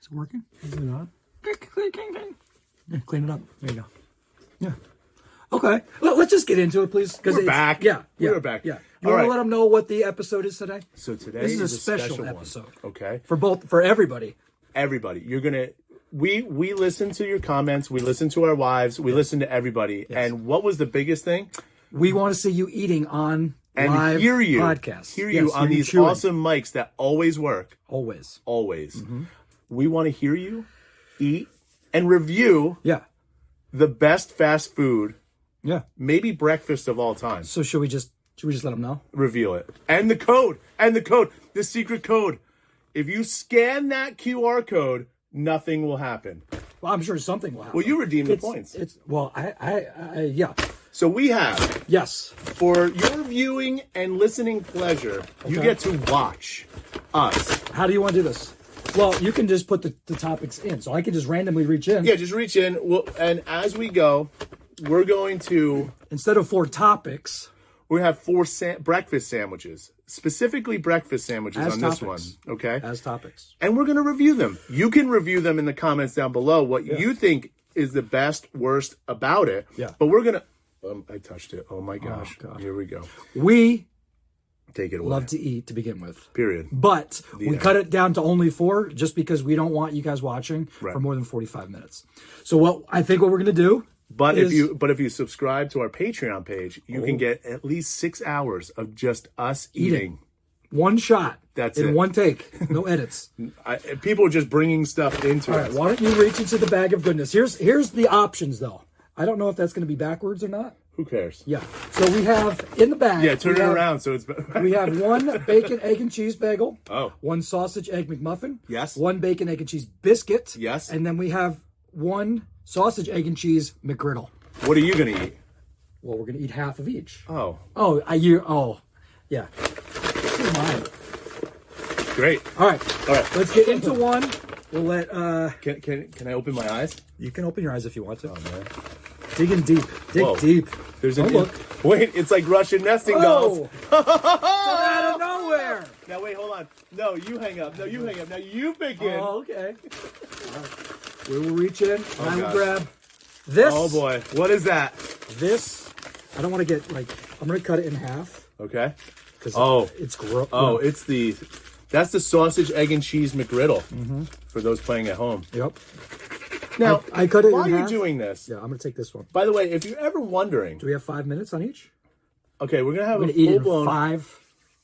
Is it working? Is it not? Yeah, clean it up. There you go. Yeah. Okay. Well, let's just get into it, please. Because We're back. Yeah. Yeah. We're back. Yeah. You All want right. to let them know what the episode is today? So today This is a special one. episode. Okay. For both, for everybody. everybody. You're gonna we we listen to your comments, we listen to our wives, we listen to everybody. And what was the biggest thing? We want to see you eating on And live hear you podcasts. hear Yes, you on these chewing. awesome mics that always work, Always. always. Mm-hmm. We want to hear you eat and review Yeah. the best fast food, Yeah. maybe breakfast of all time. So should we just should we just let them know? Reveal it. And the code, and the code, the secret code. If you scan that QR code, nothing will happen. Well, I'm sure something will happen. Well, you redeem the it's, points. It's well, I, I, I, yeah, So we have yes. For your viewing and listening pleasure, you Okay. get to watch us. How do you want to do this? Well, you can just put the, the topics in, so I can just randomly reach in. Yeah, just reach in. We'll, and as we go, we're going to Instead of four topics, we have four sa- breakfast sandwiches, specifically breakfast sandwiches As on this topics. one. Okay, as topics. and we're going to review them. You can review them in the comments down below. What you think is the best, worst about it. Yeah. But we're gonna. Um, I touched it. Oh my gosh! God. Here we go. We Take it away. love to eat to begin with, Period. but we cut it down to only four just because we don't want you guys watching Right. for more than forty-five minutes. So, what I think what we're gonna do, But if is- Oh. you but if you subscribe to our Patreon page, you can get at least six hours of just us eating. one shot, That's in it. one take, no edits. I, and people are just bringing stuff into All it. right, why don't you reach into the bag of goodness? Here's here's the options though. I don't know if that's going to be backwards or not. Who cares? Yeah, Yeah. So we have in the bag. turn we it have- around so it's. We have one bacon, egg, and cheese bagel. Oh. One sausage, egg McMuffin. Yes. One bacon, egg, and cheese biscuit. Yes. And then we have one sausage, egg, and cheese McGriddle. what are you gonna eat? Well, we're gonna eat half of each. Oh, Oh, I you. Oh, yeah. Who am I? great! All right. All right, Let's get into one. We'll let. uh can can can I open my eyes? You can open your eyes if you want to. Digging deep. Dig Oh, Whoa. deep. There's Don't an Oh, look. wait. It's like Russian nesting dolls. Oh! out of nowhere. Now wait, hold on. No, you hang up. No, you hang up. Now you begin. Oh, okay. We will reach in. and I will gosh. grab this. oh boy, what is that? This. I don't want to get like. I'm gonna cut it in half Okay. because Oh. it's gross. Oh, it's the that's the sausage, egg, and cheese McGriddle Mm-hmm. for those playing at home. yep. Now, I- I cut it While in you're half. doing this, Yeah, I'm gonna take this one. by the way, if you're ever wondering, Do we have five minutes on each? okay, we're gonna have I'm a gonna eat full it blown. in five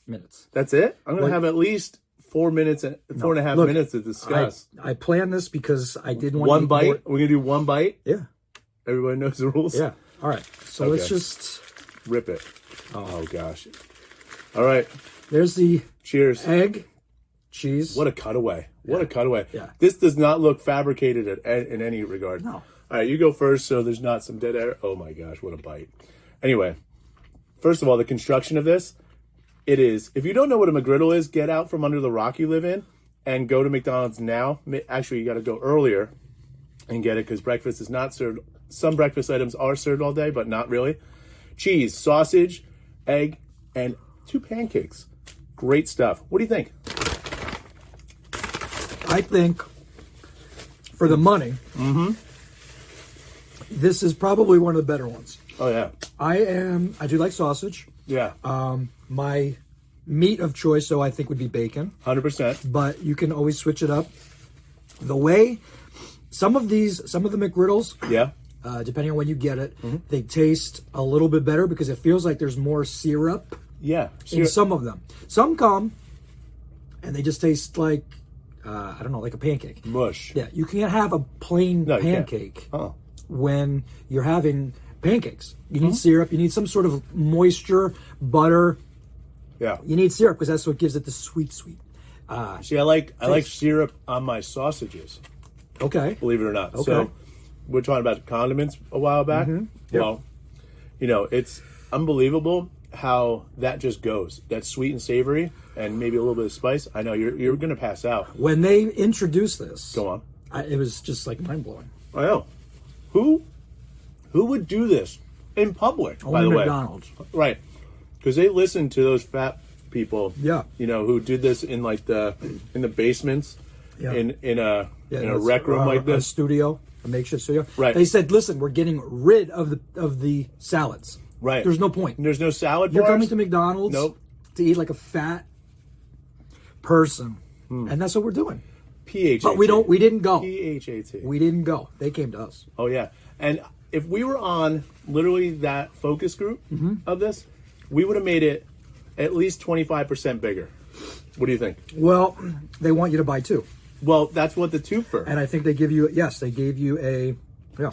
minutes. That's it. I'm gonna have at least four minutes, and four and a half Look, minutes to discuss. I, I planned this because I didn't want one to eat bite. more- We're gonna do one bite. Yeah. Everybody knows the rules. Yeah. All right. So let's Okay. just. Rip it. Oh gosh. All right. There's the Cheers. egg, cheese. What a cutaway. What a cutaway. Yeah. This does not look fabricated at, at, in any regard. No. All right, you go first so there's not some dead air. Oh my gosh, what a bite. Anyway, first of all, the construction of this, it is, if you don't know what a McGriddle is, get out from under the rock you live in and go to McDonald's now. Ma- Actually, you got to go earlier and get it because breakfast is not served. Some breakfast items are served all day, but not really. Cheese, sausage, egg, and two pancakes. Great stuff. What do you think? I think for the money, this is probably one of the better ones. Oh, yeah. I am. I do like sausage. Yeah. Um, My meat of choice, though, I think would be bacon, Hundred percent. but you can always switch it up. The way some of these, some of the McGriddles, Yeah. uh, depending on when you get it, they taste a little bit better because it feels like there's more syrup Yeah. in Sure. some of them. Some come and they just taste like uh, I don't know, like a pancake. mush. Yeah, you can't have a plain No, you can't. pancake Oh. when you're having pancakes. You need Hmm? syrup. You need some sort of moisture, butter. Yeah. You need syrup because that's what gives it the sweet, sweet. See, I like I like syrup on my sausages. Okay. Believe it or not. Okay. Mm-hmm. So we're talking about condiments a while back. Well, you know, it's unbelievable how that just goes. That sweet and savory, and maybe a little bit of spice. I know you're you're gonna pass out. When they introduced this, Go on. I, it was just like mind blowing. I know. Who who would do this in public? by Only the way, McDonald's. Right. Because they listen to those fat people. Yeah. You know, who did this in like the in the basements Yeah. in in a in a that's rec room our- like our this. studio, a makeshift studio. Right. They said, "Listen, we're getting rid of the of the salads. Right. There's no point. There's no salad You're bars. coming to McDonald's Nope. to eat like a fat person, Hmm. and that's what we're doing. PH. But we don't. We didn't go. PHAT. We didn't go. They came to us. Oh yeah, and if we were on literally that focus group Mm-hmm. of this, we would have made it at least twenty five percent bigger. What do you think? Well, they want you to buy two, Well, that's what the two for. and I think they give you. Yes, they gave you a. Yeah.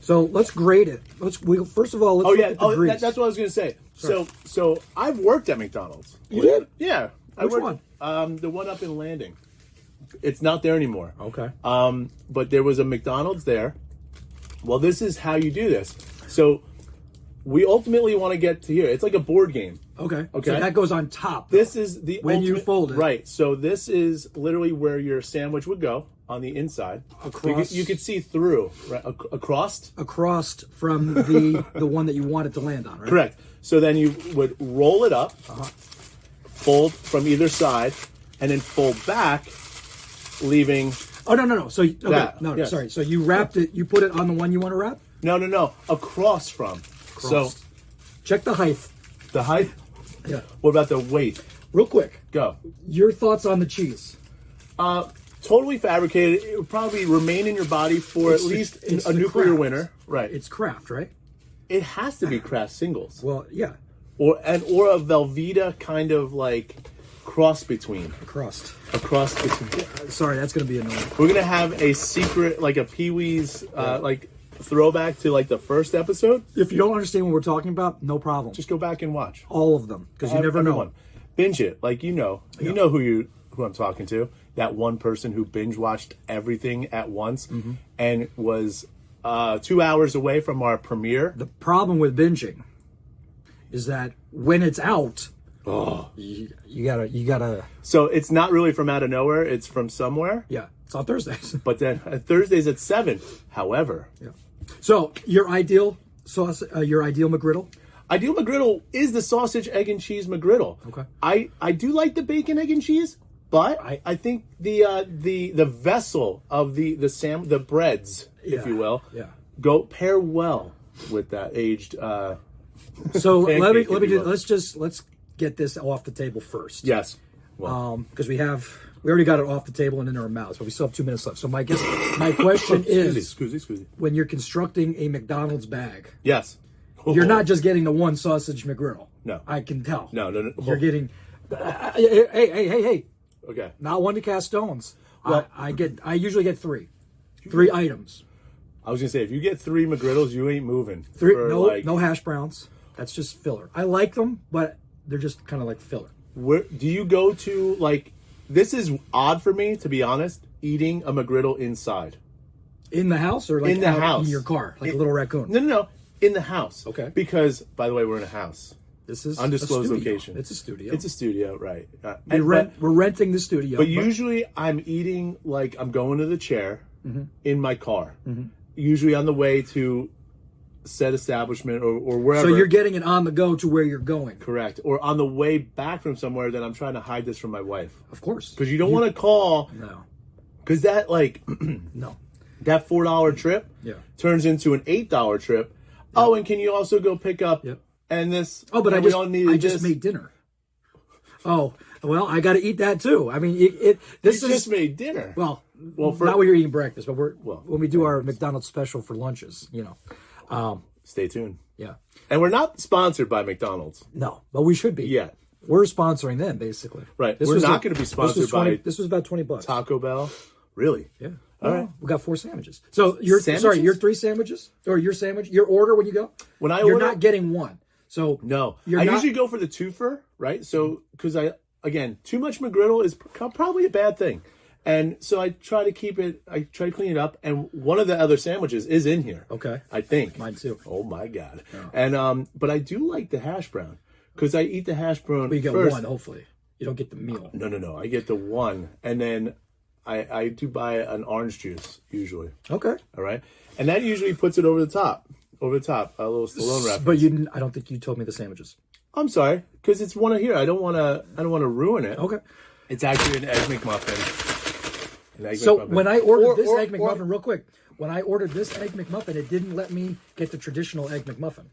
So let's grade it. Let's. We first of all. Let's Mm-hmm. oh look yeah, At the oh that, grease. that's what I was gonna say. So so I've worked at McDonald's. You did? Yeah, I Which worked. one? Um, the one up in Landing. It's not there anymore. okay. Um, but there was a McDonald's there. Well, this is how you do this. So we ultimately want to get to here. It's like a board game. okay. okay. So that goes on top. This is the When you ultimate- fold it. right? So this is literally where your sandwich would go on the inside. you could, Across- you could see through right ac- across. across from the the one that you wanted to land on. Right? Correct. So then you would roll it up, Uh-huh. fold from either side, and then fold back, leaving. Oh no no no. So okay, That, no yes. sorry. So you wrapped it. You put it on the one you want to wrap. No, no, no, across from. Crossed. So check the height. the height. Yeah. What about the weight? Real quick, Go. your thoughts on the cheese? Totally fabricated. It would probably remain in your body for It's at the- least it's a the nuclear craft. winter. Right. It's craft, right? it has to be craft singles. Well, yeah, or and or a Velveeta kind of like cross between crust. a cross between. Sorry, that's gonna be annoying. We're gonna have a secret like a Pee Wee's uh, like throwback to like the first episode. If you don't understand what we're talking about, no problem. Just go back and watch. all of them, because you never know. Binge it like you know you know who you who I'm talking to. That one person who binge watched everything at once Mm-hmm. and was uh, two hours away from our premiere. The problem with binging is that when it's out, you, you gotta, you gotta, So it's not really from out of nowhere. It's from somewhere. yeah. It's on Thursdays. But then uh, Thursdays at seven. However, yeah. So your ideal sauce, uh, your ideal McGriddle. Ideal McGriddle is the sausage, egg, and cheese McGriddle. Okay. I, I do like the bacon, egg, and cheese, but I, I- I think the uh, the the vessel of the the sam the breads, if Yeah, you will, yeah. go pair well with that aged. Uh, So let me Pancake, if let me you do, will. let's just let's get this off the table first. yes. Well, because we have we already got it off the table and in our mouths, but we still have two minutes left. So my guess, my question excuse me, is, excuse me, excuse me. when you're constructing a McDonald's bag, Yes. Oh, you're not just getting the one sausage McGriddle. No. I can tell. No, no, no. You're getting. Hey, hey, hey, hey, hey! okay. Not one to cast stones. I, I get. I usually get three, three items. I was gonna say if you get three McGriddles, you ain't moving. Three. for, no, like- no hash browns. That's just filler. I like them, but they're just kind of like filler. Where do you go to? Like, this is odd for me to be honest. Eating a McGriddle inside. In the house or like in the out house in your car, like It- a little raccoon. No, no, no, in the house. Okay. Because by the way, we're in a house. This is a Undisclosed studio. location. It's a studio. It's a studio, right? Uh, we and- rent. But, we're renting the studio. but usually, I'm eating like I'm going to the chair Mm-hmm. in my car. Usually on the way to said establishment or, or wherever. so you're getting it on the go to where you're going. correct, or on the way back from somewhere that I'm trying to hide this from my wife Of course. because you don't want to call No. because that like No. that four dollar trip Yeah. turns into an eight dollar trip. Oh, and can you also go pick up Yep. and this? Oh, but and I we just all needed I just this. made dinner. Oh well, I got to eat that too. I mean, it. it this You is just made dinner. well, Well, for- not when you're eating breakfast, but we're when we do our McDonald's special for lunches. You know, stay tuned. yeah, And we're not sponsored by McDonald's no, but we should be. yet. we're sponsoring them basically. Right. We're not like- gonna be this was sponsored 20 by- This was about twenty bucks. Taco Bell, really? Yeah. All All right. right. We got four sandwiches. So your Sandwiches? sorry, your three sandwiches or your sandwich, your order when you go. When I you're order- not getting one. So No, You're I not- usually go for the twofer, right? So because I again too much McGriddle is pro- probably a bad thing, and so I try to keep it. I try to clean it up, and one of the other sandwiches is in here. Okay. I think Mine too. Oh my god! And um, but I do like the hash brown because I eat the hash brown. you get first. one. Hopefully, you don't get the meal. No, no, no. I get the one, and then I I do buy an orange juice usually. Okay. All right, and that usually puts it over the top, over the top, a little Stallone wrap. But you, didn't- I don't think you told me the sandwiches. I'm sorry, because it's one of here. I don't want to. I don't want to ruin it. Okay. It's actually an egg McMuffin An egg So McMuffin. when I ordered Or- this or- egg or- McMuffin, real quick, when I ordered this egg McMuffin, it didn't let me get the traditional egg McMuffin.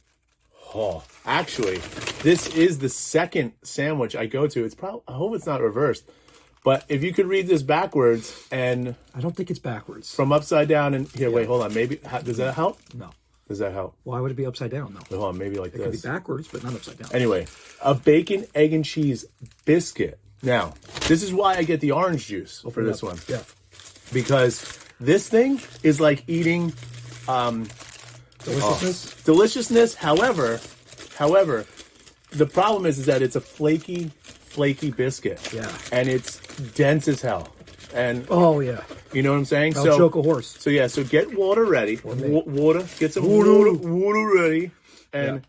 Oh, actually, this is the second sandwich I go to. It's probably I hope it's not reversed, but if you could read this backwards and I don't think it's backwards. from upside down and here, wait, hold on. Maybe how, does that help? No. Does that help? Why would it be upside down though? Hold on, maybe like It could be this. backwards, but not upside down. Anyway, a bacon, egg, and cheese biscuit. Now, this is why I get the orange juice for this one Yeah. because this thing is like eating Deliciousness. deliciousness. However, however, the problem is, is that it's a flaky, flaky biscuit. Yeah. And it's dense as hell. And Oh, yeah. you know what I'm saying? I'll choke a horse. So yeah, so get water ready. me. Wa- water, get some Water. water, water ready. And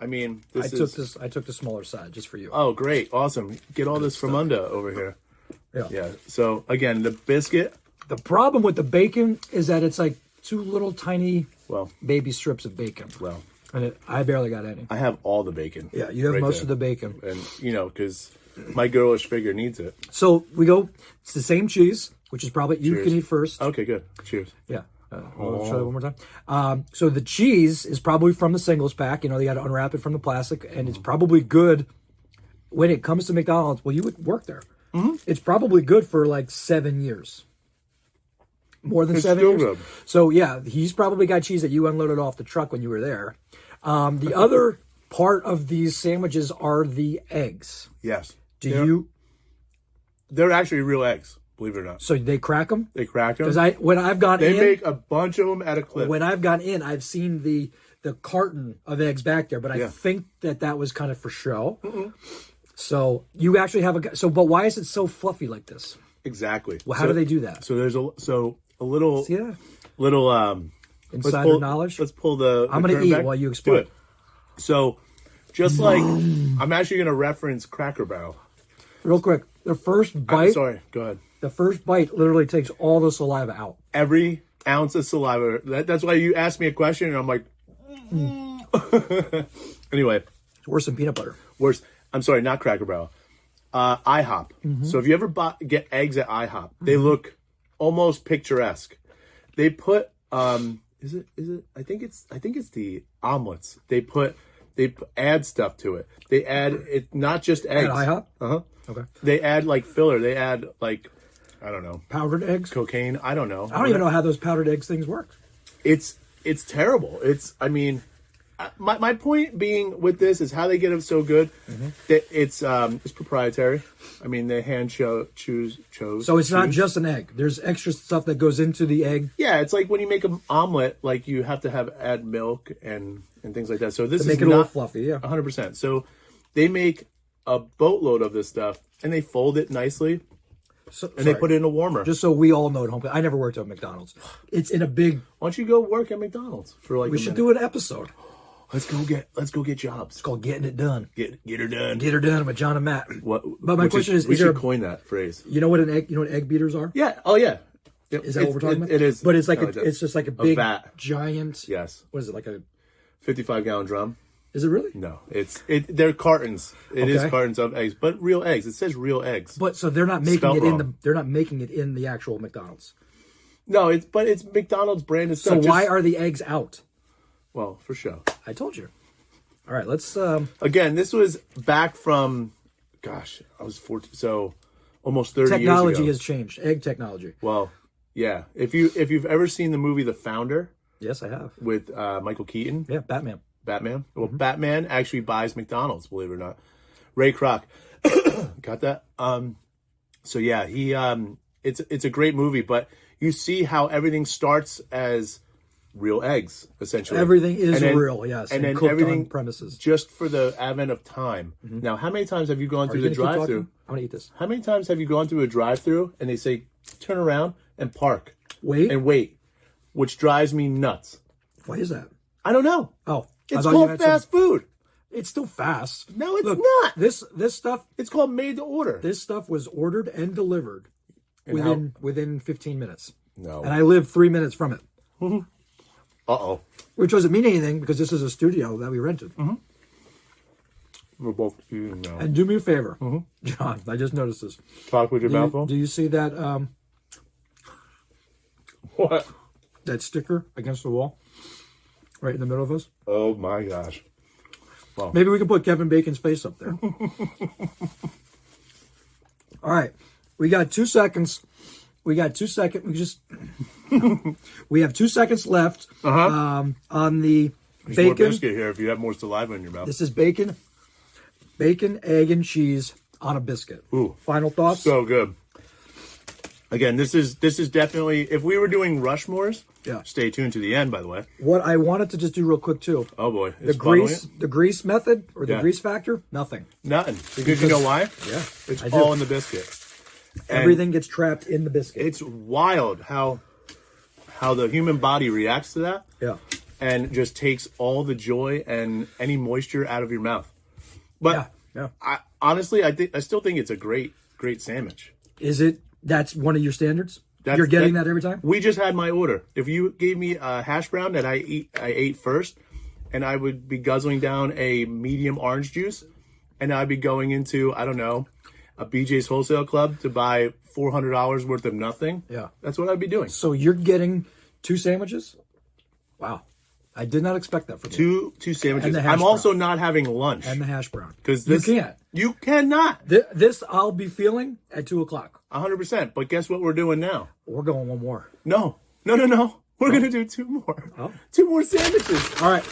I mean, this I is took this. I took the smaller side just for you. oh great, awesome. Get all this from under over here. Yeah. So again, the biscuit. The problem with the bacon is that it's like two little tiny Well, baby strips of bacon. well, and it, I barely got any. I have all the bacon. Yeah, you have right most there. of the bacon. and you know, because my girlish figure needs it. So we go. It's the same cheese, which is probably you Cheers. Oh. can eat first. Okay, good. Cheers. Yeah. Uh, we'll try that one more time. Um, so the cheese is probably from the singles pack. You know, they got to unwrap it from the plastic, and it's probably good when it comes to McDonald's. Well, you would work there. Mm-hmm. It's probably good for like seven years. More than It's seven still years. good. So yeah, he's probably got cheese that you unloaded off the truck when you were there. Um, the other part of these sandwiches are the eggs. Yes. Do They're- you? They're actually real eggs, believe it or not. So they crack them? They crack them. Because I when I've gone they in, make a bunch of them at a clip. when I've gone in, I've seen the the carton of eggs back there, but I Yeah. think that that was kind of for show. So you actually have a gu- so, but why is it so fluffy like this? exactly. Well, how do they do that? So there's a so a little yeah, little um let's insider pull- knowledge. Let's pull the. I'm the gonna curtain eat back. while you Do explain. it. So, just like I'm actually gonna reference Cracker Barrel. Real quick, the first bite, Sorry, go ahead. the first bite literally takes all the saliva out. Every ounce of saliva. That, that's why you asked me a question, and I'm like, anyway. It's worse than peanut butter. worse. I'm sorry, not Cracker Barrel. Uh, IHOP. Mm-hmm. So if you ever buy, get eggs at IHOP, they look almost picturesque. They put um, is it is it? I think it's I think it's the omelets. They put they p- add stuff to it. They add it not just eggs. At IHOP, Uh huh. okay, They add like filler. They add like I don't know powdered eggs. cocaine. I don't know. I don't even know how those powdered eggs things work. It's it's terrible. It's I mean. I- My, my point being with this is how they get them so good Mm-hmm. that it's um it's proprietary. I mean they hand cho- choose chose. So it's not choose. just an egg. There's extra stuff that goes into the egg yeah. It's like when you make an omelet, like you have to have add milk and and things like that. So this to is make it a little not fluffy. Yeah, hundred percent. So they make a boatload of this stuff and they fold it nicely and so, they put it in a warmer. just so we all know at home. I never worked at McDonald's. It's in a big. Why don't you go work at McDonald's for like We should do an episode Let's go get let's go get jobs. called "Getting It Done." Get get her done. Get her done with John and Matt. What? But my which question is, we is should there a- coin that phrase. You know what an egg? You know what egg beaters are? Yeah. Oh, yeah. Is that what we're talking it, about? It is. But it's like I a, that. it's just like a big vat. giant. yes, What is it like a? fifty-five gallon drum. Is it really? No, it's it. They're cartons. It is Okay. cartons of eggs, but real eggs. It says real eggs. But so they're not making Spelt it in the. wrong. They're not making it in the actual McDonald's. no, it's but it's McDonald's branded So stuff. why Just- are the eggs out? well for show? I told you. All right, let's. um Again, this was back from, gosh, I was fourteen, so almost thirty. Technology has years ago. changed. Egg technology. well, yeah. If you if you've ever seen the movie The Founder Yes, I have. with uh, Michael Keaton, Yeah, Batman. Batman. Well, Mm-hmm. Batman actually buys McDonald's, believe it or not. Ray Kroc, got that? Um, so yeah, he um, it's it's a great movie, but you see how everything starts as real eggs, essentially. Everything is And then- real. Yes, and, then cooked everything on premises. Mm-hmm. just for the advent of time. Now, how many times have you gone through You the gonna keep drive-through? talking? I'm gonna eat this. How many times have you gone through a drive-through and they say turn around and park Wait, and wait, which drives me nuts. why is that? I don't know. Oh, I It's thought you called had fast food. some- It's still fast. No, it's Look, not. This this stuff It's called made to order. this stuff was ordered and delivered within within 15 minutes, No. and I live three minutes from it, Uh oh. which doesn't mean anything because this is a studio that we rented. Mm-hmm. We're both eating now. And do Mm-hmm. me a favor, John. I just noticed this. Talk with your Do mouth full. you, do you see that? Um, What? That sticker against the wall, right in the middle of us. Oh my gosh. Maybe we can put Kevin Bacon's face up there. All right, we got two seconds. We got two seconds. We just we have two seconds left um, on the There's more bacon. biscuit here if you have more saliva in your mouth. This is bacon, bacon, egg, and cheese on a biscuit. Ooh. Final thoughts. so good. Again, this is this is definitely if we were doing Rushmores. Yeah. Stay tuned to the end, by the way. what I wanted to just do real quick too. Oh boy, the it's funneling grease, it? the grease method or the Yeah. grease factor, nothing. nothing because you know why? Yeah, It's I do. all in the biscuit. And Everything gets trapped in the biscuit. It's wild how how the human body reacts to that. yeah, and just takes all the joy and any moisture out of your mouth. But yeah, yeah. I, honestly, I think I still think it's a great, great sandwich. Is it? That's one of your standards. That's- You're getting that, every time. We just had my order. If you gave me a hash brown that I eat, I ate first, and I would be guzzling down a medium orange juice, and I'd be going into I don't know a BJ's Wholesale Club to buy four hundred dollars worth of nothing. Yeah. that's what I'd be doing. So you're getting two sandwiches. Wow, I did not expect that from you. Two two sandwiches. And the hash I'm brown. also not having lunch And the hash brown. because this you can't. you cannot. Th- this I'll be feeling at two o'clock. 100%. But guess what we're doing now? We're going one more. No, no, no, no. Oh. We're going to do two more. Two more sandwiches. All right.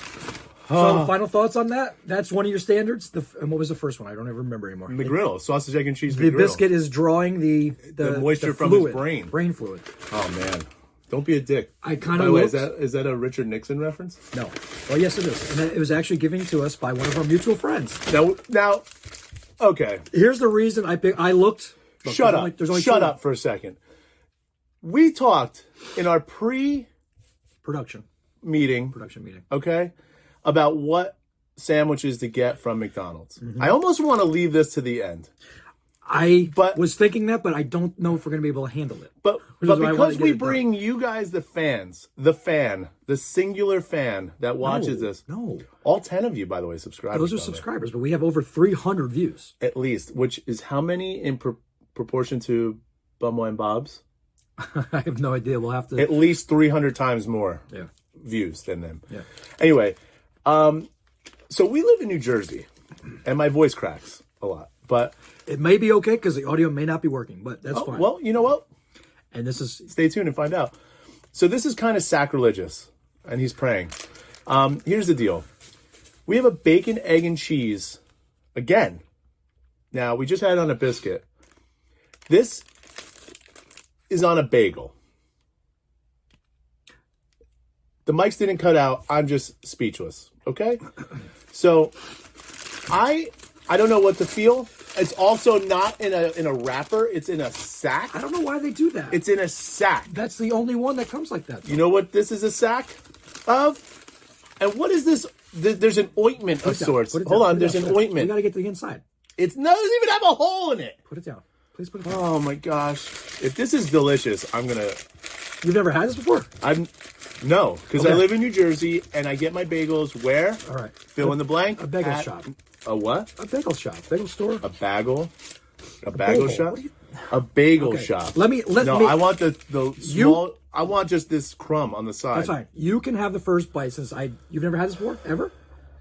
So Ah. final thoughts on that? That's one of your standards. The f- and what was the first one? I don't even remember anymore. The griddle, sausage, egg, and cheese. The biscuit is drawing the the, The moisture the from his fluid, brain. brain fluid. Oh, man. Don't be a dick. I kinda By the way, is that, looked- is that a Richard Nixon reference? No. Well, yes, it is. And it was actually given to us by one of our mutual friends. Now, now okay. Here's the reason I pick. I looked. Look, Shut there's up. only- there's only Shut two up for a second. We talked in our pre Production meeting, production meeting. okay, about what sandwiches to get from McDonald's. I almost want to leave this to the end. I But- was thinking that, but I don't know if we're going to be able to handle it. But Which but is why I wanted because to get we it done. bring you guys the fans, the fan, the singular fan that watches No, this, No, all ten of you, by the way, subscribe. those are subscribers, but we have over 300 views. at least, which is how many in pro- proportion to Bumble and Bob's? I have no idea. We'll have to. At least three hundred times more yeah. views than them. Yeah. Anyway, um, so we live in New Jersey, and my voice cracks a lot, but It may be okay because the audio may not be working, but that's fine. Oh, well, you know what? and this is stay tuned and find out. So this is kind of sacrilegious, and he's praying. Um, here's the deal: we have a bacon, egg, and cheese again. Now we just had it on a biscuit. This is on a bagel. The mics didn't cut out. I'm just speechless. Okay, so I I don't know what to feel. It's also not in a in a wrapper. It's in a sack. I don't know why they do that. It's in a sack. that's the only one that comes like that. You know what this is a sack of? And what is this? Th- There's an ointment of Put it down, sorts. put it Hold down, on, put it there's down, an put it down. We ointment. got to get to the inside. It's not it doesn't even have a hole in it. Put it down. Please put it down. Oh my gosh. If this is delicious, I'm gonna You've never had this before. I'm no, because I Okay. live in New Jersey and I get my bagels where? All right. Fill in the blank. A bagel at- shop. A what? A bagel shop, bagel store. A bagel. A bagel bagel. shop. What are you- A bagel Okay. shop. Let me- let no, me- I want the the You- small. I want just this crumb on the side. That's fine. You can have the first bite since I you've never had this before ever.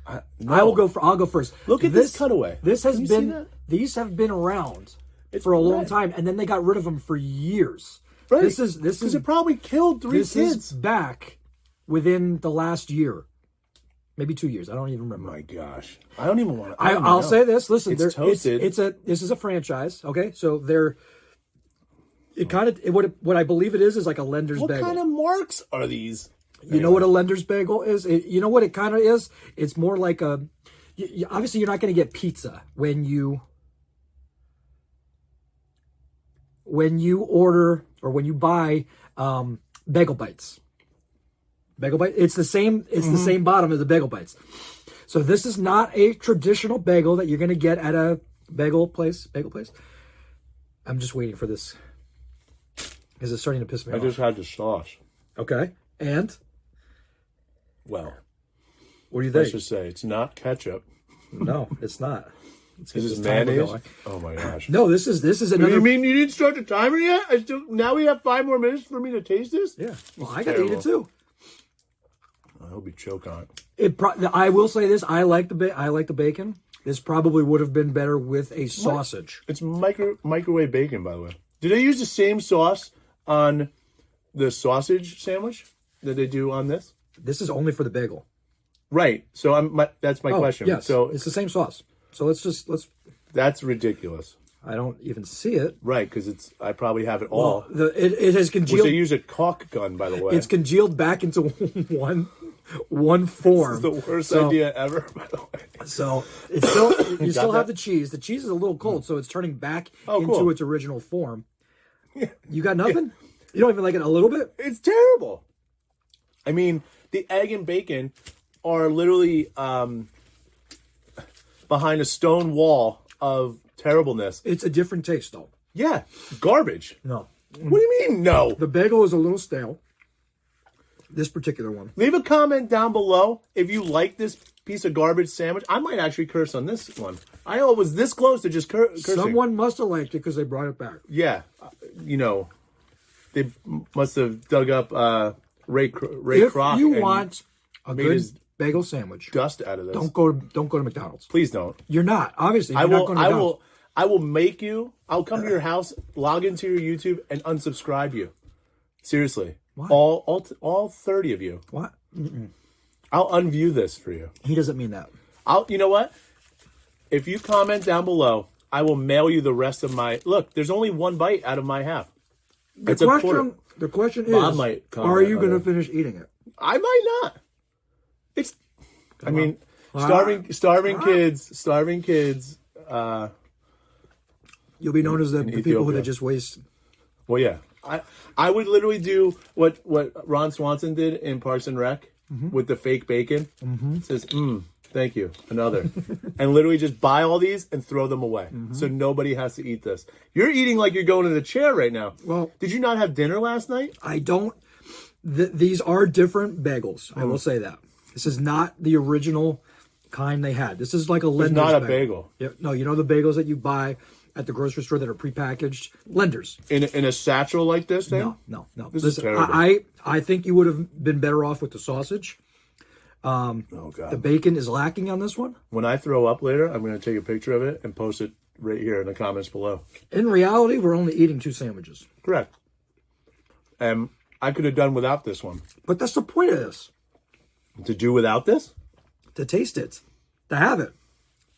I will go. For, I'll go first. Look at this cutaway. This has Can you see been that? these have been around for a long red. time, and then they got rid of them for years. Right. This is this 'Cause is it probably killed three this kids. is back within the last year, maybe two years. I don't even remember. my gosh. I don't even want to. I, I'll say this. Listen, It's they're- toasted. It's, it's a this is a franchise. Okay, so they're it kind of it, what it, what I believe it is is like a lender's What bagel. kind of marks are these? you know what a lender's bagel is? It, you know what it kind of is? It's more like a. You, you- obviously, you're not going to get pizza when you when you order or when you buy um, bagel bites. Bagel bite. It's the same. It's the same bottom as the bagel bites. So this is not a traditional bagel that you're going to get at a bagel place. Bagel place. I'm just waiting for this because it's starting to piss me off. had the sauce. okay, and. Well, What do you let's think? just say it's not ketchup. no, it's not. Let's get Is this timer mayonnaise? going. Oh my gosh. No, this is this is another. You mean you didn't start the timer yet? I still, now we have five more minutes for me to taste this? yeah. Well, I got to eat terrible. it too. I hope you choke on it. It. Pro- I will say this. I like the ba- I like the bacon. This probably would have been better with a sausage. It's micro microwave bacon, by the way. Do they use the same sauce on the sausage sandwich that they do on this? This is only for the bagel. Right. So I'm my, that's my Oh, question. Yes. So it's the same sauce. So let's just let's. that's ridiculous. I don't even see it. Right, because it's I probably have it all. Well, the, it, it has which they congealed. use a caulk gun, by the way. It's congealed back into one one form. the worst So- idea ever, by the way. So it's still you still that? Hmm. have the cheese. The cheese is a little cold, so it's turning back Oh, into cool. its original form. You got nothing. You don't even like it a little bit. It's terrible. I mean, the egg and bacon are literally um, behind a stone wall of terribleness. It's a different taste, though. Yeah, garbage. No, What do you mean, no? the bagel is a little stale. This particular one. Leave a comment down below if you like this piece of garbage sandwich. I might actually curse on this one. I was this close to just cur- cursing. Someone must have liked it because they brought it back. yeah, uh, you know, they m- must have dug up uh, Ray Cro- Ray If Kroc you and want a made good his- bagel sandwich, dust out of this. don't go to don't go to McDonald's. Please don't. You're not obviously. You're I not will. going to I McDonald's. will. I will make you. I'll come to your house, log into your YouTube, and unsubscribe you. Seriously, all all t- all thirty of you. What? I'll unview this for you. He doesn't mean that. I'll. You know what? If you comment down below, I will mail you the rest of my. Look, there's only one bite out of my half. The It's a quarter. question. The question is: might Are comment you on going to it. finish eating it? I might not. It's. I mean, starving starving kids, starving kids. You'll be known as the, the people who Ethiopia. that just waste Well, yeah, I I would literally do what what Ron Swanson did in Parks and Rec with the fake bacon. Mm-hmm. Says, mm, "Thank you, another," and literally just buy all these and throw them away, so nobody has to eat this. You're eating like you're going to the chair right now. Well- did you not have dinner last night? I don't. Th- these are different bagels. I will say that this is not the original kind they had. This is like a lender's not a bagel. Yeah, no, you know the bagels that you buy at the grocery store that are prepackaged lenders. In a, in a satchel like this thing? No, no, no. This is terrible. I, I I think you would have been better off with the sausage. Oh god. The bacon is lacking on this one. when I throw up later, I'm going to take a picture of it and post it right here in the comments below. In reality, we're only eating two sandwiches. Correct. Um, I could have done without this one. But that's the point of this: To do without this? to taste it, to have it.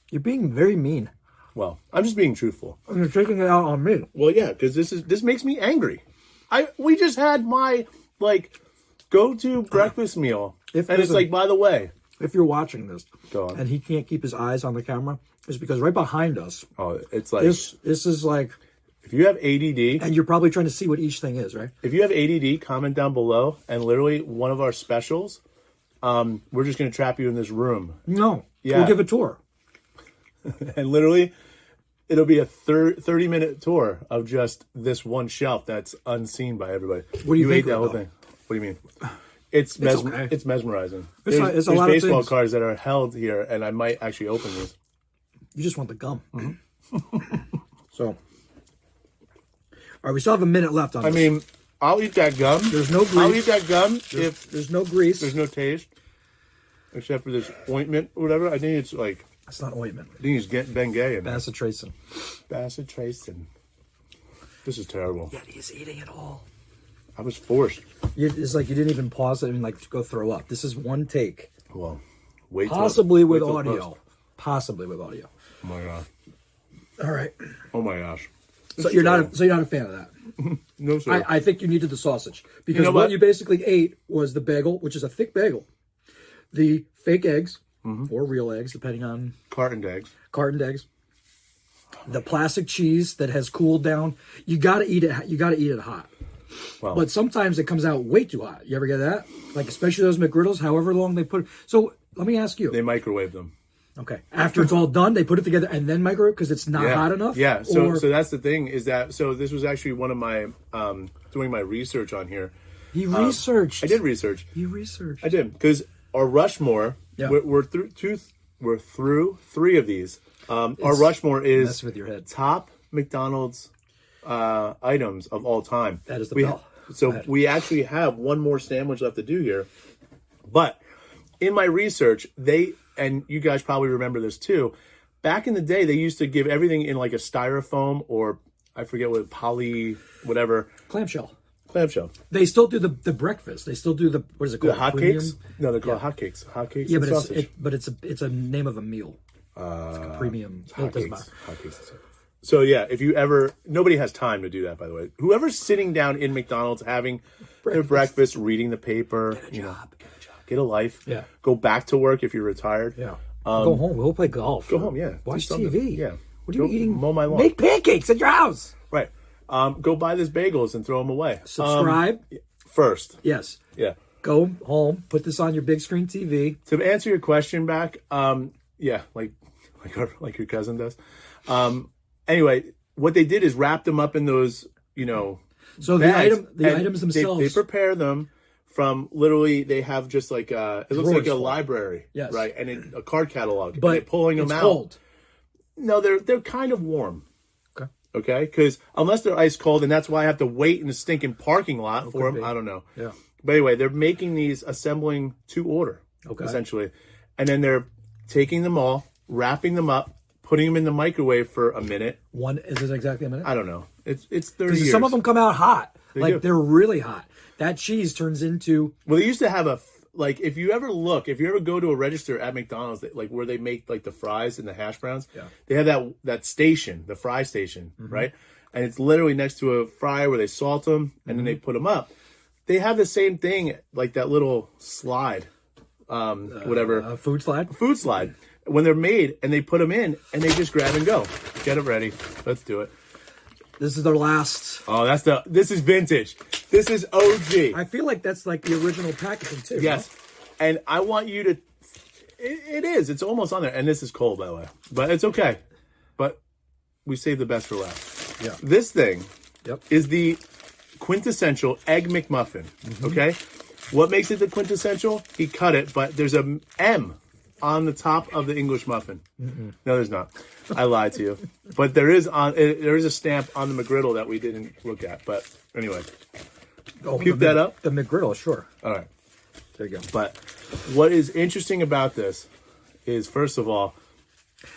You're being very mean. Well, I'm just being truthful. And you're taking it out on me. Well, yeah, because this is this makes me angry. I we just had my like go-to breakfast meal, If and it's there's a- like by the way, if you're watching this Go on. and he can't keep his eyes on the camera is because right behind us oh, it's like this this is like if you have ADD, and you're probably trying to see what each thing is right if you have ADD, comment down below, and literally one of our specials. Um, we're just gonna trap you in this room, no Yeah. we'll give a tour and literally, it'll be a thir- thirty-minute tour of just this one shelf that's unseen by everybody. What do you think ate of it, that whole though? thing? What do you mean? It's mes- okay. it's mesmerizing. It's a- there's it's a there's lot of baseball things. cards that are held here, and I might actually open these. you just want the gum Mm-hmm. so all right we still have a minute left on I mean, I'll eat that gum. There's no I'll grease. eat that gum if there's no grease there's no taste, except for this ointment or whatever. I think it's like that's not ointment I think it's get Bengay and bacitracin Bassett Tracin. This is terrible. yet he's eating it all I was forced. You- it's like you didn't even pause it and like go throw up this is one take Well, wait. till- possibly with wait till audio post. possibly with audio Oh my god. all right Oh my gosh. so you're not a, so you're not a fan of that No sir. I, I think you needed the sausage because know what? what? you basically ate was the bagel, which is a thick bagel, the fake eggs Mm-hmm. or real eggs, depending on Carton eggs. cartoned eggs, the plastic cheese that has cooled down. You got to eat it. You got to eat it hot. Wow. But sometimes it comes out way too hot. You ever get that? Like especially those McGriddles, however long they put. So let me ask you. They microwave them. okay, after it's all done, they put it together and then microwave because it's not yeah. hot enough. Yeah. So Or- so that's the thing is that so this was actually one of my um doing my research on here. he um, researched. I did research. He researched. I did because our Rushmore, Yeah. we're, we're through two We're through three of these. Um, our Rushmore is Mess with your head. top McDonald's uh, items of all time. That is the we, bell. Go So ahead. we actually have one more sandwich left to do here. But in my research, they and you guys probably remember this too. Back in the day, they used to give everything in like a styrofoam or I forget what poly whatever Clamshell. clamshell. They still do the, the breakfast. They still do the what is it The called? Premium? hotcakes? No, they're called hotcakes. Hotcakes. Yeah, and but it's sausage. Uh, it, but it's a it's a name of a meal. it's like a premium. It doesn't matter. So yeah, if you ever nobody has time to do that by the way. Whoever's sitting down in McDonald's having their breakfast, reading the paper, get a you know, job. get a job, get a life. Yeah. Go back to work if you're retired. Yeah. go home. We'll play golf. Go Um, home, yeah. Do Watch something. TV. Yeah. What are you Go eating? mow my lawn. Make pancakes at your house. Right. Um, go buy those bagels and throw them away. Um, Subscribe. first. yes. Yeah. Go home. Put this on your big screen TV. To answer your question back, um, yeah, like like our, like your cousin does. Um, anyway, what they did is wrap them up in those, you know, So the bags, item the and items they- themselves. They, prepare them from literally. They have just like a, it looks Drawers like a full. library, Yes. right, and it, a card catalog. but and they're pulling it's them out. cold. No, they're they're kind of warm. Okay. Okay, because unless they're ice cold, and that's why I have to wait in a stinking parking lot for them. I don't know. Yeah. But anyway, they're making these assembling to order, Okay. essentially, and then they're taking them all, wrapping them up, putting them in the microwave for a minute. One is it exactly a minute? I don't know. It's it's thirty. Because some years. of them come out hot. like do. they're really hot. That cheese turns into Well, they used to have a f- like if you ever look, if you ever go to a register at McDonald's, that, like where they make like the fries and the hash browns, Yeah. they have that that station, the fry station, right? And it's literally next to a fryer where they salt them and then they put them up. They have the same thing, like that little slide, um, whatever a food slide. food slide when they're made, and they put them in and they just grab and go. Get it ready. Let's do it. This is their last. Oh, that's the. This is vintage. This is OG. I feel like that's like the original packaging too. Yes. And I want you to. It, it is. It's almost on there. And this is cold, by the way. But it's okay. But we saved the best for last. Yeah. This thing Yep. is the quintessential Egg McMuffin. Okay. What makes it the quintessential? He cut it, but there's a M on the top of the English muffin. No, there's not. I lied to you. But there is on it, there is a stamp on the McGriddle that we didn't look at. But anyway, Oh, the puke that Mc- up? The McGriddle, sure. all right. There you go. But what is interesting about this is, first of all,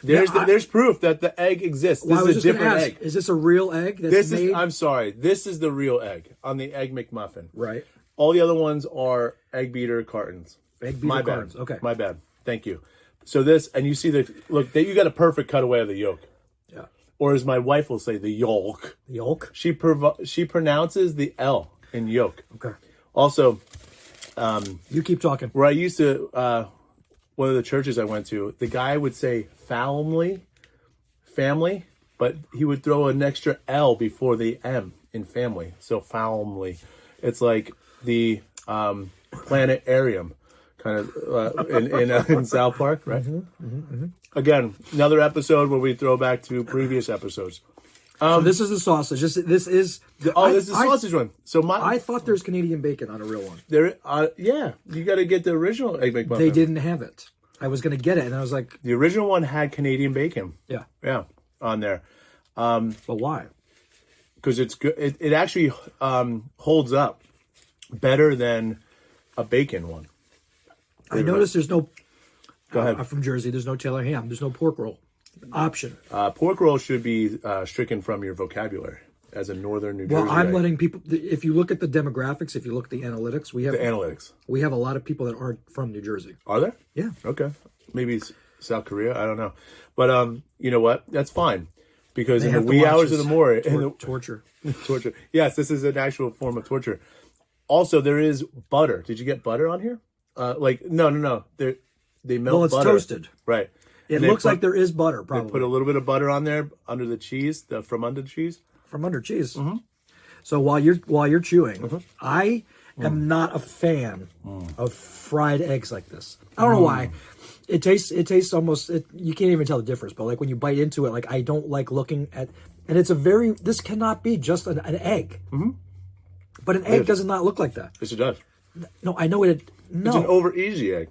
there's Yeah, I- the, there's proof that the egg exists. This Well, I was is just a going to different ask: egg. Is this a real egg that's This made? is I'm sorry. This is the real egg on the egg McMuffin. right. All the other ones are egg beater cartons. Egg beater My cartons, bad. okay. My bad. Thank you. So this and you see the look that you got a perfect cutaway of the yolk, Yeah. or as my wife will say, the yolk. The yolk. She provo- she pronounces the L in yolk. Okay. Also, You keep talking. where I used to, uh, one of the churches I went to, the guy would say family, family, but he would throw an extra L before the M in family. So family, it's like the um, planetarium kind of uh, in in, uh, in South Park, right? Mm-hmm, Again, another episode where we throw back to previous episodes. so this is the sausage. This this is. Oh, I- this is I- sausage one. So my I thought there's Canadian bacon on a real one. there, uh, yeah, you got to get the original egg McMuffin. They didn't have it. I was going to get it, and I was like, The original one had Canadian bacon. yeah, Yeah, on there but why? because it's good. It, it actually um, holds up better than a bacon one. I noticed there's no. Go I'm ahead. from Jersey. There's no Taylor ham. There's no pork roll option. Uh, pork roll should be uh, stricken from your vocabulary as a northern New Jersey. Well, I'm egg. letting people. If you look at the demographics, if you look at the analytics, we have analytics. we have a lot of people that aren't from New Jersey. Are there? Yeah. Okay. Maybe it's South Korea. I don't know, but um, you know what? That's fine because in the have to wee watch hours of this the morning, Tor- torture. torture. Yes, this is an actual form of torture. Also, there is butter. Did you get butter on here? Uh, like no, no, no. They they melt. Well, it's butter. toasted. Right. It looks like there is butter probably put a little bit of butter on there under the cheese, the from under the cheese. from under cheese. Mm-hmm. So while you're while you're chewing, I Mm. am not a fan of fried eggs like this. I don't know Mm. why. It tastes it tastes almost it, you can't even tell the difference. But like when you bite into it, like I don't like looking at. And it's a very this cannot be just an, an egg. Mm-hmm. But an egg does not look like that. Yes, it does. No, I know it. No, It's an over easy egg.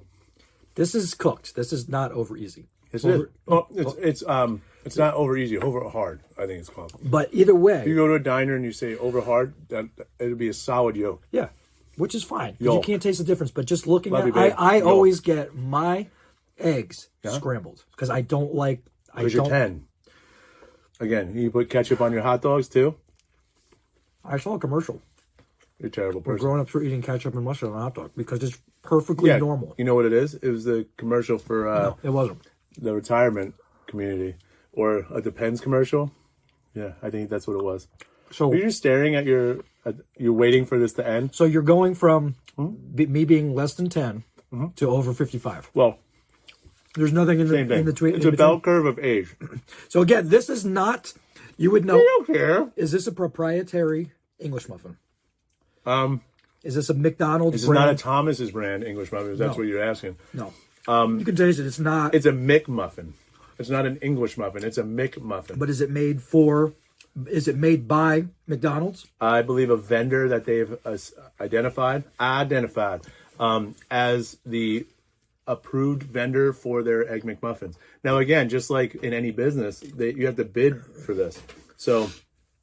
This is cooked. This is not over easy. It's it. Oh, it's, it's um, it's not over easy. Over hard, I think it's called. If But either you way, go to a diner and you say over hard, that it'll be a solid yolk. yeah, which is fine. 'cause You Yolk. can't taste the difference. But just looking Love at, you, I babe. I Yolk. always get my eggs scrambled because I don't like. I Because you're don't. ten. Again, you put ketchup on your hot dogs too. I saw a commercial. You're a terrible person. Grown ups were eating ketchup and mustard on a hot dog because it's perfectly normal. You know what it is? It was the commercial for uh, No, it wasn't. the retirement community or a Depends commercial. Yeah, I think that's what it was. So You're just staring at your, at, you're waiting for this to end. So you're going from Hmm? be- me being less than 10 to over 55. Well, There's nothing in, the, Hmm? same thing. in between. it's in a bell between. curve of age. So again, this is not, you would know, don't care. is this a proprietary English muffin? Um, is this a McDonald's This Um, is brand? not a Thomas's brand English muffin. If that's No. what you're asking. no. Um, you can taste it. It's not, It's a Mick muffin. It's not an English muffin. It's a Mick muffin. but is it made for, is it made by McDonald's? I believe a vendor that they've uh, identified identified um, as the approved vendor for their egg McMuffins. Now, again, just like in any business, they, you have to bid for this. So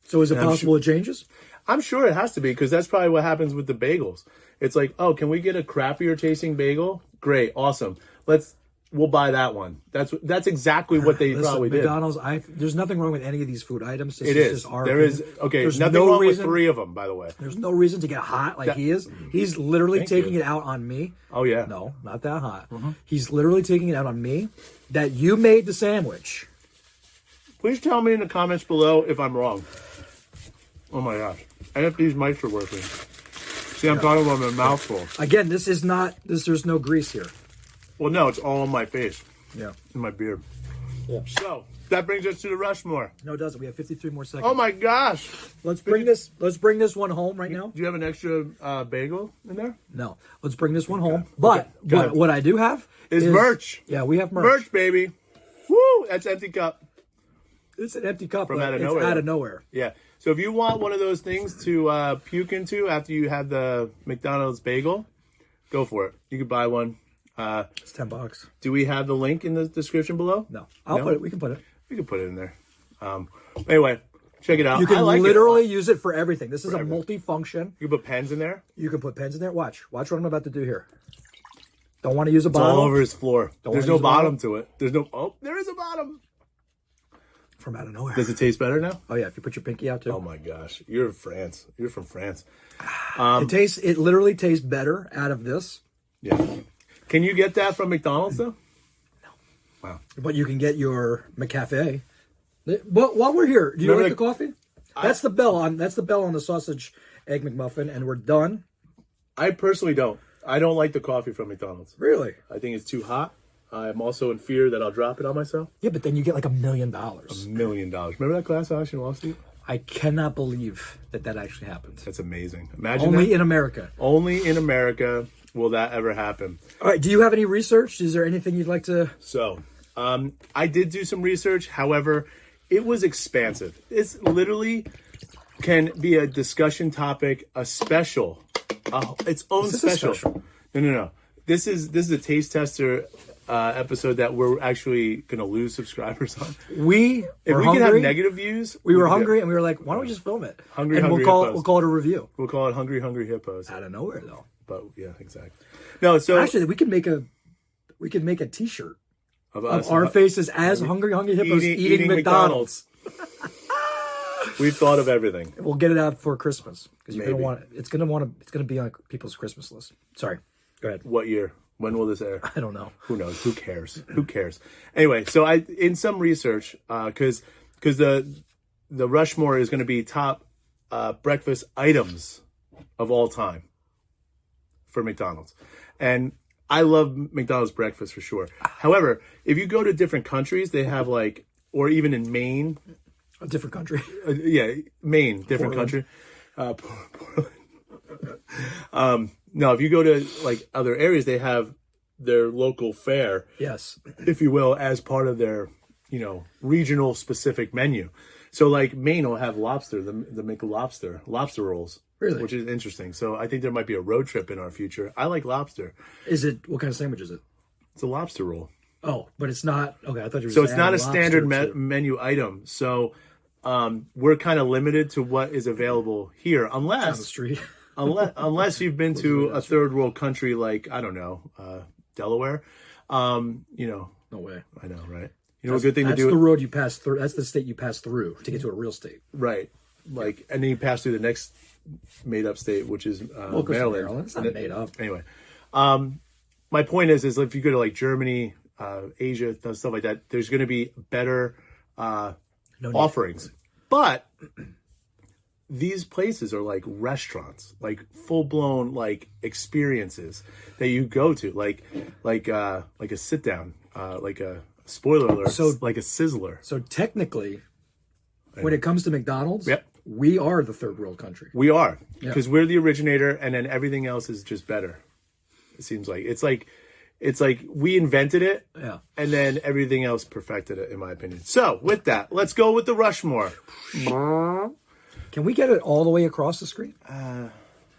So is it I'm possible it changes? I'm sure it has to be because that's probably what happens with the bagels. It's like, oh, can we get a crappier tasting bagel? Great, awesome. Let's we'll buy that one. That's that's exactly what they Listen, probably did. McDonald's, I, there's nothing wrong with any of these food items. This It is. is. Just our There is opinion. okay. There's nothing no wrong reason, with three of them, by the way. There's no reason to get hot like he is. He's literally taking you. it out on me. Oh yeah. Mm-hmm. No, not that hot. He's literally taking it out on me that you made the sandwich. Please tell me in the comments below if I'm wrong. Oh my gosh. And if these mics are working. See, I'm talking about my mouthful. Again, this is not this there's no grease here. Well, no, it's all on my face Yeah. and my beard. Yeah. So that brings us to the Rushmore. No, it doesn't. We have 53 more seconds. Oh my gosh. let's bring this let's bring this one home right now. Do you have an extra uh, bagel in there? No. Let's bring this one home. But Go what, ahead. what I do have Is merch. Yeah, we have merch. Merch, baby. Woo! That's empty cup. It's an empty cup From but out of it's nowhere. out of nowhere. Yeah. So if you want one of those things to uh, puke into after you have the McDonald's bagel, go for it. You could buy one. Uh, It's 10 bucks. do we have the link in the description below? No. I'll No? put it we can put it. We could put it in there. Um, anyway, check it out. You I can like it. literally use it for everything. This is a multi-function. You can put pens in there. You can put pens in there. Watch. Watch what I'm about to do here. Don't want to use a It's all bottle over his floor. There's wanna no use a bottle? bottom to it. There's no. Oh, there is a bottom. from out of nowhere. Does it taste better now? Oh yeah, if you put your pinky out too. Oh my gosh, you're in France. You're from France. Um, it tastes. It literally tastes better out of this, Yeah. Can you get that from McDonald's though? but you can get your McCafe. But while we're here, do you Remember like the the- coffee? that's the bell on. That's the bell on the sausage egg McMuffin, and we're done. I personally don't. I don't like the coffee from McDonald's. Really? I think it's too hot. I'm also in fear that I'll drop it on myself. Yeah, but then you get like a million dollars. Million dollars. Remember that class action lawsuit? I cannot believe that that actually happened. That's amazing. Imagine Only that. in America. Only in America will that ever happen. All right. Do you have any research? Is there anything you'd like to? So, um, I did do some research. However, it was expansive. It's literally can be a discussion topic, a special, a, its own this a special. special? No, no, no. This is this is a taste tester uh, episode that we're actually going to lose subscribers on. We If were we hungry. can have negative views, we were could do it. hungry, and we were like, "Why don't we just film it?" Hungry, and hungry we'll call it. hippos. We'll call it a review. We'll call it hungry, hungry hippos. Out of nowhere, though. But yeah, exactly. No, so Actually, we could make a. We could make a T-shirt. of us, Our faces as hungry, hungry hippos uh, eating, McDonald's. McDonald's. We've thought of everything. We'll get it out for Christmas because you're gonna Maybe. want it. It's gonna want to. It's gonna be on people's Christmas list. Sorry. Go ahead. What year? When will this air? I don't know. who knows who cares who cares anyway so i in some research because because the the rushmore is going to be top uh, breakfast items of all time for mcdonald's and i love mcdonald's breakfast for sure however if you go to different countries they have like or even in maine A different country. uh, yeah, Maine, different country. Uh, Por- Portland. um, no, if you go to like other areas, they have their local fare, yes. if you will, as part of their you know regional specific menu. So like Maine will have lobster, the the McLobster, lobster rolls, Really? which is interesting. So I think there might be a road trip in our future. I like lobster. Is it what kind of sandwich is it? It's a lobster roll. Oh, but it's not. Okay, I thought you were. So it's saying not a lobster standard me- too. menu item. So um, we're kind of limited to what is available here, on the unless street. unless unless you've been to a third world country like I don't know uh, Delaware. Um, you know, No way. I know, right? You know, a good thing to That's do. the road you pass through. That's the state you pass through to get to a real state. Right. Like, and then you pass through the next made up state, which is uh, Focus on Maryland. Maryland. It's not And made up. Anyway, um, my point is, is if you go to like Germany, uh, Asia, th- stuff like that, there's going to be better uh, need. offerings. But these places are like restaurants, like full blown like experiences that you go to, like like uh, like a sit down, uh, like a spoiler alert, So- like a sizzler. So technically, when it comes to McDonald's, Yep. we are the third world country. We are because we're the originator, and then everything else is just better. It seems like it's like it's like we invented it, Yeah. and then everything else perfected it, in my opinion. So with that, let's go with the Rushmore. Can we get it all the way across the screen?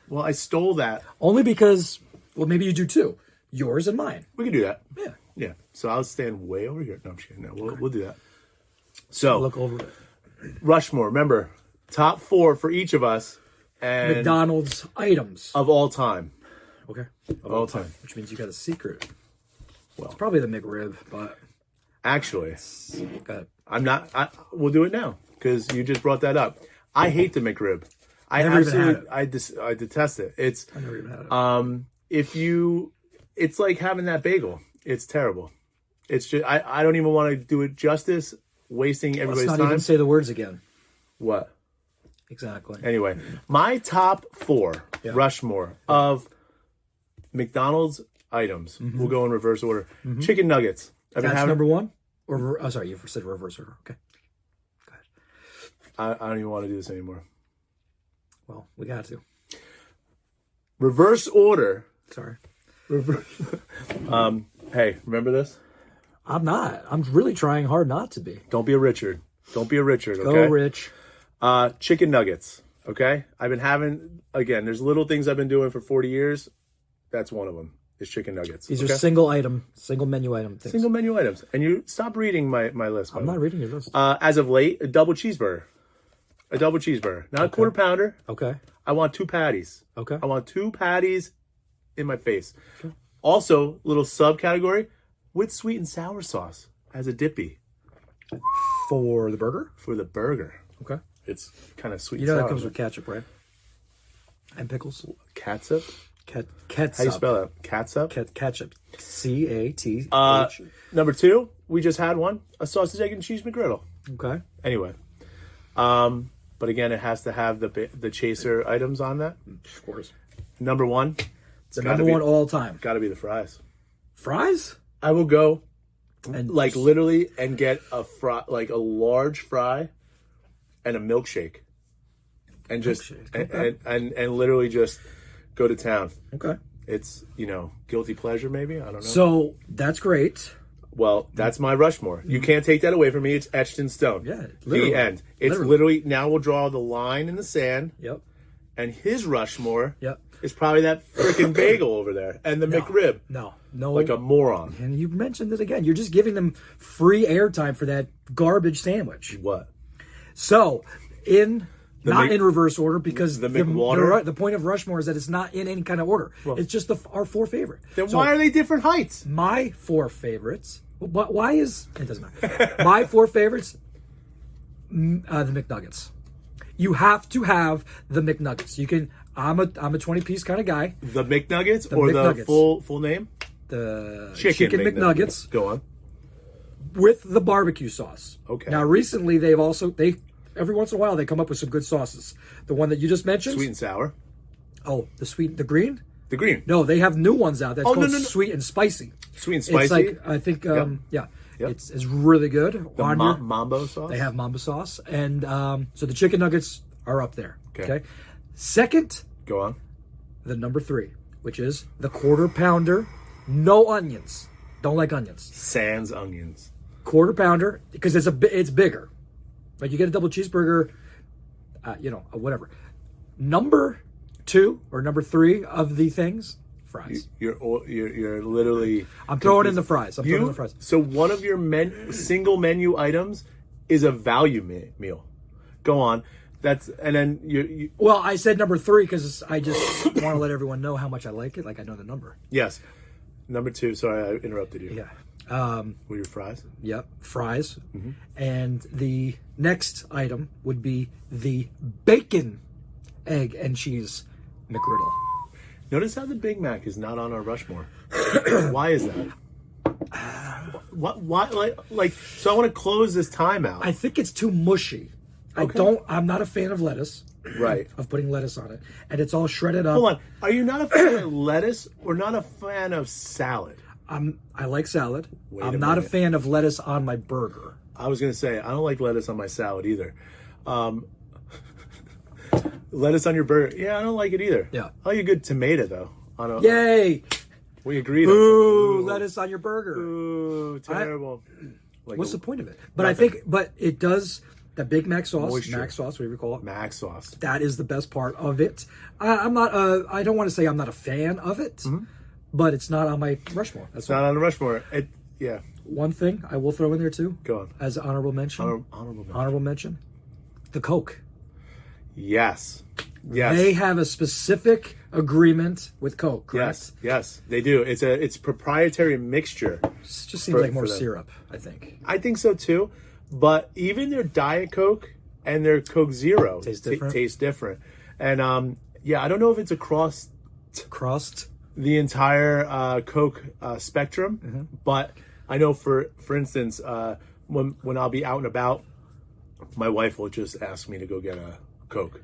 Well, I stole that. Only because, well, maybe you do too. Yours and mine. We can do that. Yeah. Yeah. So I'll stand way over here. No, I'm just kidding. No, we'll, we'll do that. So Look over it. Rushmore. Remember, top four for each of us, and McDonald's items. of all time. Okay. Of all time. Which means you got a secret. Oh. Well. it's probably the McRib, but Actually, go ahead. I'm not. I, we'll do it now because you just brought that up. I hate the McRib. I Never even had absolutely, it. I dis, I detest it. It's I never even had it. um, if you, it's like having that bagel. It's terrible. It's just I, I don't even want to do it justice. Wasting Let's everybody's not time. even say the words again. what? Exactly. Anyway, my top four Rushmore of McDonald's items. We'll go in reverse order. Chicken nuggets. I've Mm-hmm. been That's having. number one. Or re- oh, sorry, you said reverse order. Okay. I, I don't even want to do this anymore. Well, we got to. Reverse order. Sorry. Reverse. um, hey, remember this? I'm not. I'm really trying hard not to be. Don't be a Richard. Don't be a Richard. Go, Okay. Rich. uh, chicken nuggets. Okay. I've been having again. There's little things I've been doing for 40 years. That's one of them. Is chicken nuggets. These okay? are single item, single menu item things. single menu items. And you stop reading my my list. by I'm the way. not reading your list. Uh, as of late, a double cheeseburger. A double cheeseburger, not a quarter pounder. okay. I want two patties. Okay. I want two patties in my face. Also, little subcategory with sweet and sour sauce as a dippy For the burger. for the burger. Okay. It's kind of sweet. You know and that sour. comes with ketchup, right? And pickles. catsup. Ket- How do you ketchup. spell that? Catsup. Ket- ketchup. C A T Uh, H. number two, we just had one: a sausage, egg, and cheese McGriddle. Okay. Anyway, um, but again, it has to have the ba- the chaser items on that. Of course. Number one, The gotta number be- one all time. got to be the fries. Fries? I will go And Mm. like literally and get a fry, like a large fry, and a milkshake, and just Milkshake, and, and and and literally just go to town. Okay. It's you know guilty pleasure maybe I don't know. So that's great. Well, that's my Rushmore. You can't take that away from me. It's etched in stone. Mm-hmm. Yeah, literally. The end. It's Literally. literally. now we'll draw the line in the sand, Yep. and his Rushmore Yep. is probably that freaking bagel over there and the McRib, No. No. like a moron. and you mentioned it again. You're just giving them free airtime for that garbage sandwich. What? So, in not Mc- in reverse order because the the, McWater? the, the point of Rushmore is that it's not in any kind of order. it's just the our four favorite. Then So, why are they different heights? my four favorites. But why is it doesn't matter? my four favorites, m- uh, the McNuggets. You have to have the McNuggets. You can. I'm a I'm a twenty piece kind of guy. The McNuggets or the McNuggets. full full name? The Chicken, McNuggets Go on. with the barbecue sauce. Okay. Now recently they've also they every once in a while they come up with some good sauces. The one that you just mentioned. Sweet and sour. Oh, the sweet the green. The green. No, they have new ones out. That's Oh, no, called no, no. sweet and spicy. Sweet and It's spicy. like I think um, yeah, Yep. it's it's really good. Ma- On your- mambo sauce. They have mamba sauce, and um, so the chicken nuggets are up there. Okay. Okay. Second, Go on. the number three, which is the quarter pounder, no onions. Don't like onions. Sans onions. Quarter pounder because it's a bi- it's bigger. Like you get a double cheeseburger, uh, you know, whatever. Number two or number three of the things fries. You're o- you're, you're literally I'm throwing in the fries. I'm throwing in you. the fries. So one of your men, single menu items is a value me- meal. Go on. That's and then you, you Well, I said number three because I just want to let everyone know how much I like it. Like I know the number. yes. Number two. Sorry, I interrupted you. Yeah. Were your fries? Yep. Fries. And the next item would be the bacon, egg, and cheese McGriddle. Notice how the Big Mac is not on our Rushmore. why is that? What? Why? Like, like? So I want to close this timeout. I think it's too mushy. I don't. I'm not a fan of lettuce. right. Of putting lettuce on it, and it's all shredded up. Hold on. Are you not a fan of lettuce or not a fan of salad? I'm. I like salad. a I'm not a minute. fan of lettuce on my burger. I was gonna say I don't like lettuce on my salad either. Um, lettuce on your burger? Yeah, I don't like it either. Yeah. I like a good tomato though. On a, Yay! we agreed. Ooh, on something. lettuce on your burger. Ooh, terrible. Like What's a the point of it? But I think, but it does the Big Mac sauce, Mac sauce, whatever you call it. mac sauce? That is the best part of it. I, I'm not. Uh, I don't want to say I'm not a fan of it, Mm-hmm. but it's not on my Rushmore. That's Not on the Rushmore. It, yeah. one thing I will throw in there too. Go on. as honorable mention. Honor- Honorable. mention. honorable mention. The Coke. Yes. Yes. They have a specific agreement with Coke, correct? yes. Yes. They do. It's a it's proprietary mixture. It just seems For- like more for them. syrup, I think. I think so too. But even their Diet Coke and their Coke Zero Taste ta- different. taste different. And um, yeah, I don't know if it's across Crust. the entire uh, Coke uh, spectrum, Mm-hmm. but I know for for instance, uh, when when I'll be out and about, my wife will just ask me to go get a Coke.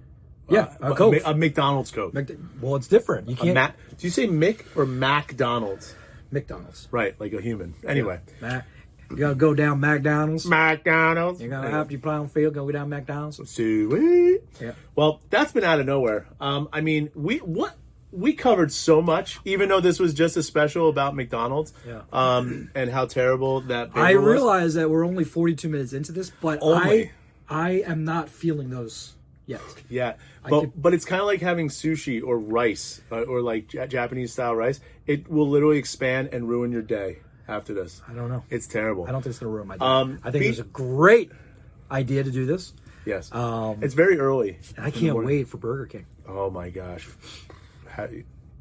Yeah, Uh, a Coke. Ma- a McDonald's Coke. uh, well, it's different. You can't. Ma- Do you say Mick or McDonald's? McDonald's. Right, like a human. Anyway, Mac. You gotta go down McDonald's. McDonald's. You gotta after you play on the field, go down McDonald's. Sweet. Yeah. Well, that's been out of nowhere. Um, I mean, we what we covered so much, even though this was just a special about McDonald's. Yeah. Um, and how terrible that. I burger was. realize that we're only 42 minutes into this, but Only. I I am not feeling those yet. Yeah, but could- but it's kind of like having sushi or rice uh, or like Ja- Japanese style rice. It will literally expand and ruin your day after this. I don't know. It's terrible. I don't think it's gonna ruin my day. Um, I think be- it was a great idea to do this. Yes. Um, it's very early. I can't wait for Burger King. Oh my gosh. How-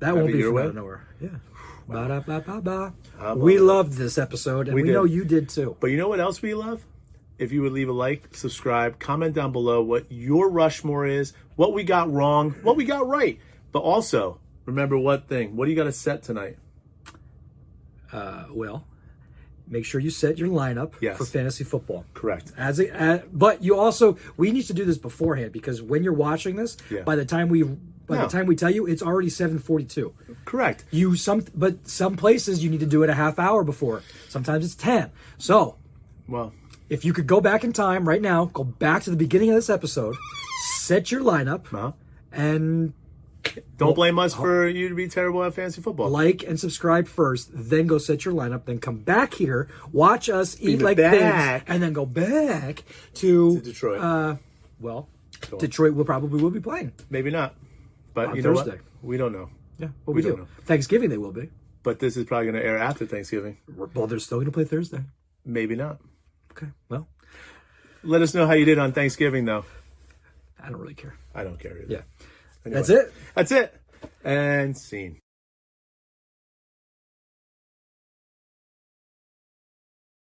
That won't it be your from way? out of nowhere. Yeah. Ba-da-ba-ba-ba. We loved this episode, and we, did. know you did too. But you know what else we love? If you would leave a like, subscribe, comment down below what your Rushmore is, what we got wrong, what we got right. But also, remember one thing. What do you got to set tonight? Uh, well, make sure you set your lineup Yes. for fantasy football. Correct. As, a, a- but you also we need to do this beforehand because when you're watching this, Yeah. by the time we by No. the time we tell you, it's already seven forty two. Correct. You some but some places you need to do it a half hour before. Sometimes it's ten. So Well, if you could go back in time right now, go back to the beginning of this episode, set your lineup, huh? and Uh-huh. Don't blame us for you to be terrible at fantasy football. uh, like and subscribe first, then go set your lineup, then come back here, watch us eat like back. things, and then go back to, Detroit. Uh, well, Detroit will probably will be playing. Maybe not. But On you know Thursday. what? We don't know. Yeah, what we, We don't do. know. Thanksgiving they will be. But this is probably going to air after Thanksgiving. Well, they're still going to play Thursday. Maybe not. Okay, well, Let us know how you did on Thanksgiving, though. I don't really care. I don't care either. Yeah, Anyway. that's it. That's it. And scene.